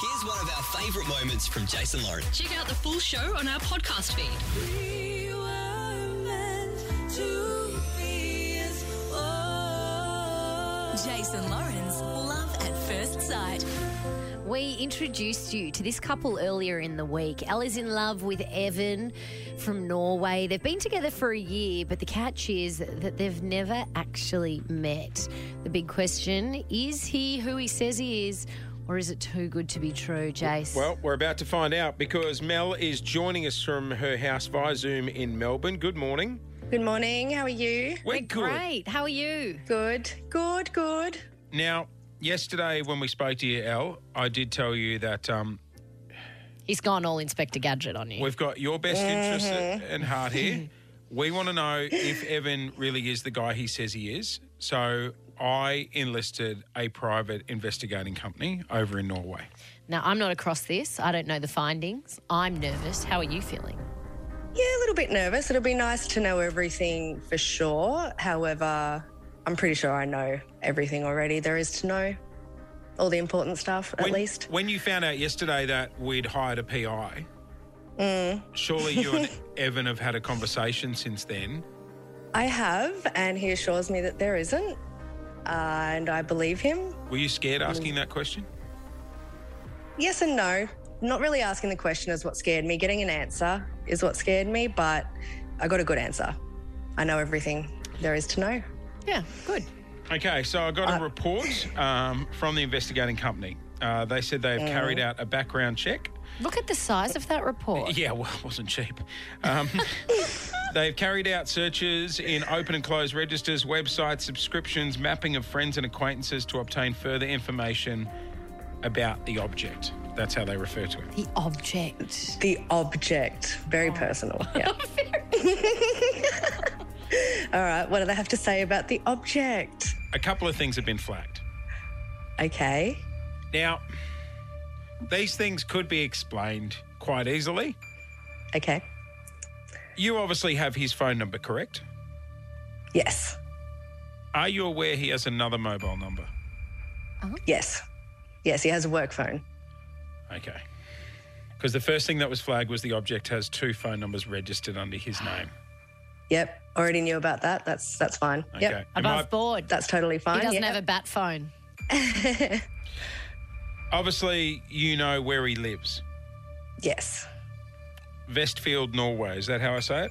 Here's one of our favourite moments from Jason Lauren. Check out the full show on our podcast feed. We were meant to be as one. Jason Lawrence, love at first sight. We introduced you to this couple earlier in the week. Ella's in love with Evan from Norway. They've been together for a year, but the catch is that they've never actually met. The big question is he who he says he is, or is it too good to be true, Jace? Well, we're about to find out because Mel is joining us from her house via Zoom in Melbourne. Good morning. Good morning. How are you? We're Great. How are you? Good. Good. Good. Now, yesterday when we spoke to you, Elle, I did tell you that um, He's gone all Inspector Gadget on you. we've got your best interests at and heart here. we want to know if Evan really is the guy he says he is. So I enlisted a private investigating company over in Norway. Now, I'm not across this. I don't know the findings. I'm nervous. How are you feeling? Yeah, a little bit nervous. It'll be nice to know everything for sure. However, I'm pretty sure I know everything already there is to know. All the important stuff, at When- least. When you found out yesterday that we'd hired a PI, Mm. surely you and Evan have had a conversation since then. I have, and he assures me that there isn't. uh, and I believe him. Were you Mm. scared asking that question? Yes and no. Not really asking the question is what scared me. Getting an answer is what scared me, but I got a good answer. I know everything there is to know. Yeah, good. Okay, so I Uh, got a report um, from the investigating company. Uh, they said Mm. they've carried out a background check. Look at the size of that report. Yeah, well, it wasn't cheap. Um, they've carried out searches in open and closed registers, websites, subscriptions, mapping of friends and acquaintances to obtain further information about the object. That's how they refer to it. The object. The object. Oh. Very personal. Yeah. All right. What do they have to say about the object? A couple of things have been flagged. Okay. Now, these things could be explained quite easily. Okay. You obviously have his phone number, correct? Yes. Are you aware he has another mobile number? Yes. Yes. He has a work phone. Okay. Because the first thing that was flagged was the object has two phone numbers registered under his name. Yep. Already knew about that. That's that's fine. Okay. Yep. Am Above I- board. That's totally fine. He doesn't yeah. have a bat phone. obviously, you know where he lives. Yes. Vestfield, Norway. Is that how I say it?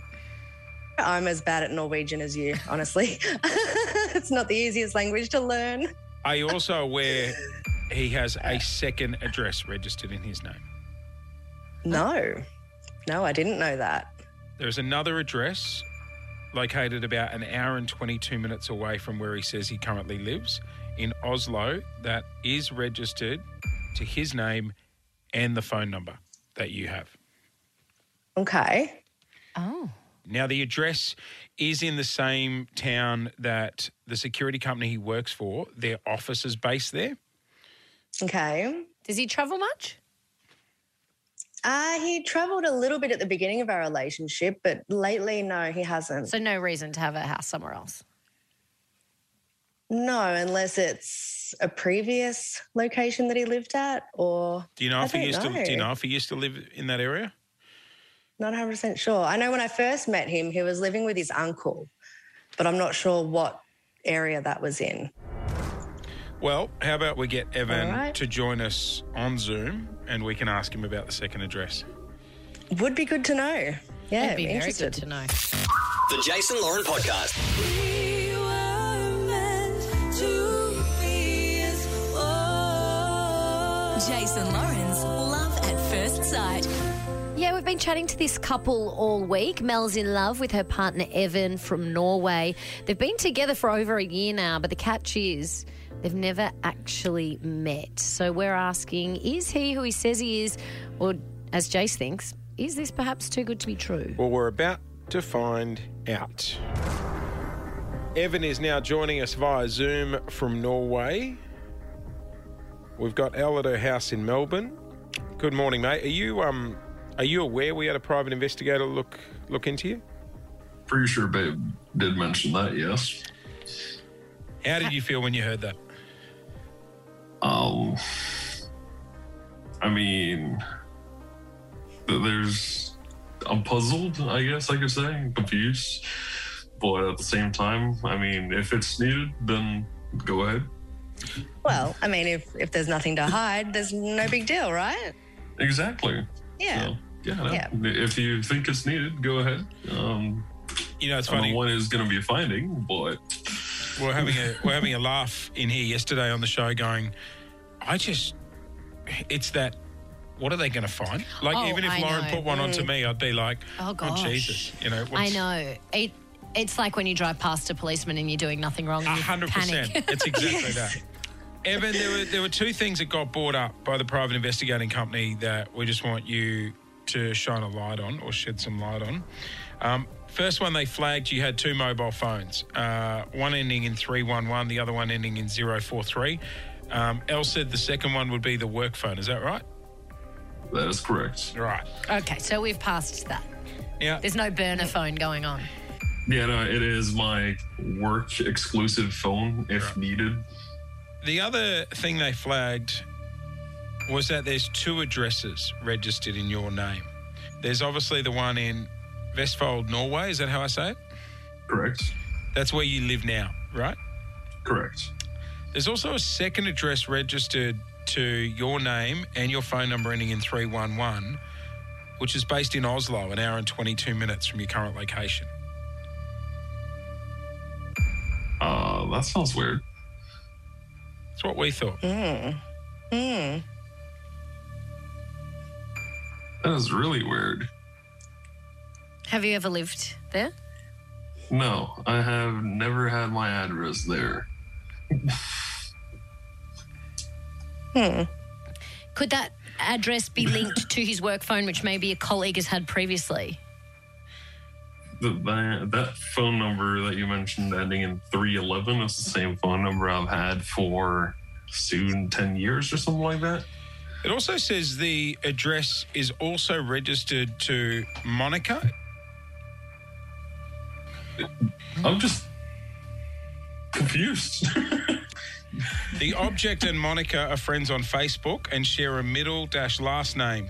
I'm as bad at Norwegian as you, honestly. it's not the easiest language to learn. Are you also aware he has a second address registered in his name? No. No, I didn't know that. There is another address located about an hour and 22 minutes away from where he says he currently lives in Oslo that is registered to his name and the phone number that you have. Okay. Oh. Now, the address is in the same town that the security company he works for, their office is based there. Okay. Does he travel much? Uh, he traveled a little bit at the beginning of our relationship, but lately, no, he hasn't. So no reason to have a house somewhere else. no, unless it's a previous location that he lived at, or Do you know I if he don't used to do you know. know if he used to live in that area? not 100% sure. I know when I first met him, he was living with his uncle, but I'm not sure what area that was in. Well, how about we get Evan All right. to join us on Zoom and we can ask him about the second address. Would be good to know. Yeah, It'd be very interested. good to know. The Jason Lauren Podcast. We were meant to be as one. Jason Lawrence, love at first sight. Yeah, we've been chatting to this couple all week. Mel's in love with her partner Evan from Norway. They've been together for over a year now, but the catch is they've never actually met. So we're asking is he who he says he is, or as Jace thinks, is this perhaps too good to be true? Well, we're about to find out. Evan is now joining us via Zoom from Norway. We've got Elle at her house in Melbourne. Good morning, mate. Are you um are you aware we had a private investigator look look into you? Pretty sure Babe did mention that, yes. How did you feel when you heard that? Um, I mean, th- there's. I'm puzzled, I guess I could say, confused. But at the same time, I mean, if it's needed, then go ahead. Well, I mean, if, if there's nothing to hide, there's no big deal, right? Exactly. Yeah. So, yeah, no. Yeah. If you think it's needed, go ahead. Um, You know, it's I don't funny. know what is going to be a finding, but We're having a we're having a laugh in here yesterday on the show, going, I just, it's that. What are they going to find? Like, Oh, even if I Lauren know. put one onto me, I'd be like, Oh, "Oh, gosh. Jesus!" You know, I what's- know. It, it's like when you drive past a policeman and you're doing nothing wrong. A And you hundred panic. percent. It's exactly that. Evan, there were there were two things that got brought up by the private investigating company that we just want you to shine a light on or shed some light on. Um, first one, they flagged you had two mobile phones, uh, one ending in three one one, the other one ending in 043. Um, Elle said the second one would be the work phone. Is that right? that is correct. Right. Okay, so we've passed that. Now, There's no burner phone going on. Yeah, no, it is my work exclusive phone if needed. the other thing they flagged was that there's two addresses registered in your name. There's obviously the one in Vestfold, Norway. Is that how I say it? Correct. That's where you live now, right? Correct. There's also a second address registered to your name and your phone number ending in 311, which is based in Oslo, an hour and 22 minutes from your current location. Uh, that sounds weird. That's what we thought. That is really weird. Have you ever lived there? No, I have never had my address there. Could that address be linked to his work phone, which maybe a colleague has had previously? The, that, that phone number that you mentioned ending in 311 is the same phone number I've had for soon 10 years or something like that. It also says the address is also registered to Monica. I'm just confused. The object and Monica are friends on Facebook and share a middle dash last name.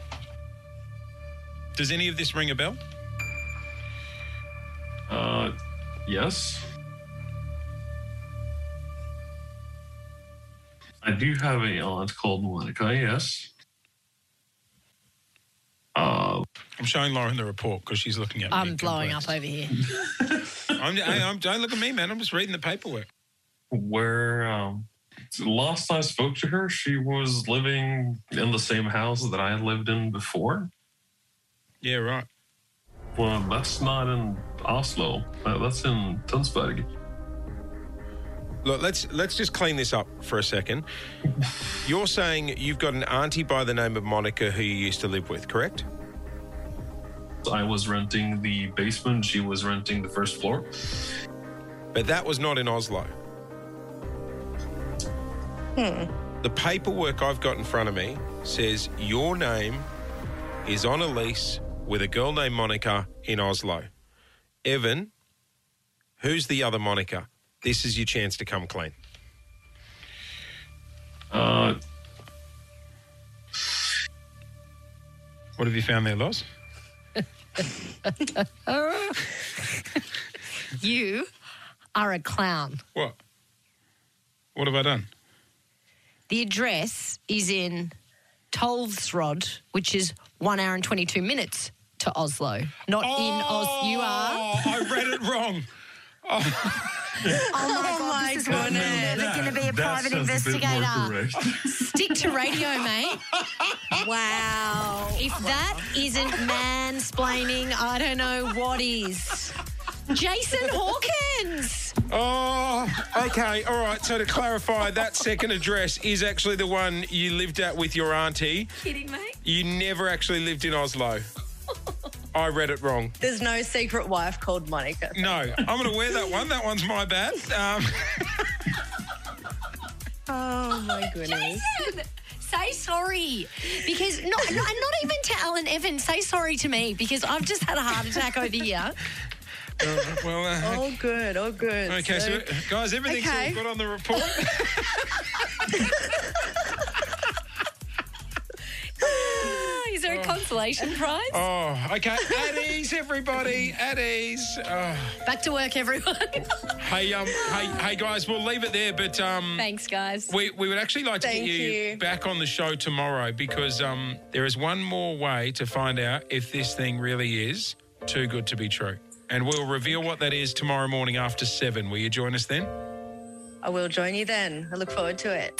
Does any of this ring a bell? uh, yes. I do have a aunt called Monica, yes. Uh, I'm showing Lauren the report because she's looking at me. I'm blowing confused. up over here. I'm, hey, I'm, don't look at me, man. I'm just reading the paperwork. where um, last I spoke to her, she was living in the same house that I lived in before. Yeah, right. Well, that's not in Oslo. That, that's in Tønsberg. Look, let's let's just clean this up for a second. You're saying you've got an auntie by the name of Monica who you used to live with, correct? I was renting the basement. She was renting the first floor. But that was not in Oslo. Hmm. The paperwork I've got in front of me says your name is on a lease with a girl named Monica in Oslo. Evan, who's the other Monica? This is your chance to come clean. Uh, What have you found there, Loz? You are a clown. What? What have I done? The address is in Tolvsrod, which is one hour and 22 minutes to Oslo, not in Oslo. You are. Oh, I read it wrong. Oh my God, this is why I'm never going to be a private investigator. correct. Stick to radio, mate. Wow. If that isn't mansplaining, I don't know what is. Jason Hawkins. Oh, okay. All right. So to clarify, that second address is actually the one you lived at with your auntie. Kidding, mate? You never actually lived in Oslo. I read it wrong. There's no secret wife called Monica. No, I'm going to wear that one. That one's my bad. Um, Oh my goodness. Jason, say sorry. Because, not, not, and not even to Alan Evans, say sorry to me because I've just had a heart attack over here. well, uh, All good, all good. okay, so guys, everything's Okay. all good on the report. consolation prize. Oh, okay. At ease, everybody. At ease. Oh. Back to work, everyone. Hey, um, hey, hey, guys. We'll leave it there, but um, Thanks, guys. we we would actually like to Thank get you, you. back on the show tomorrow because um, there is one more way to find out if this thing really is too good to be true, and we'll reveal what that is tomorrow morning after seven. Will you join us then? I will join you then. I look forward to it.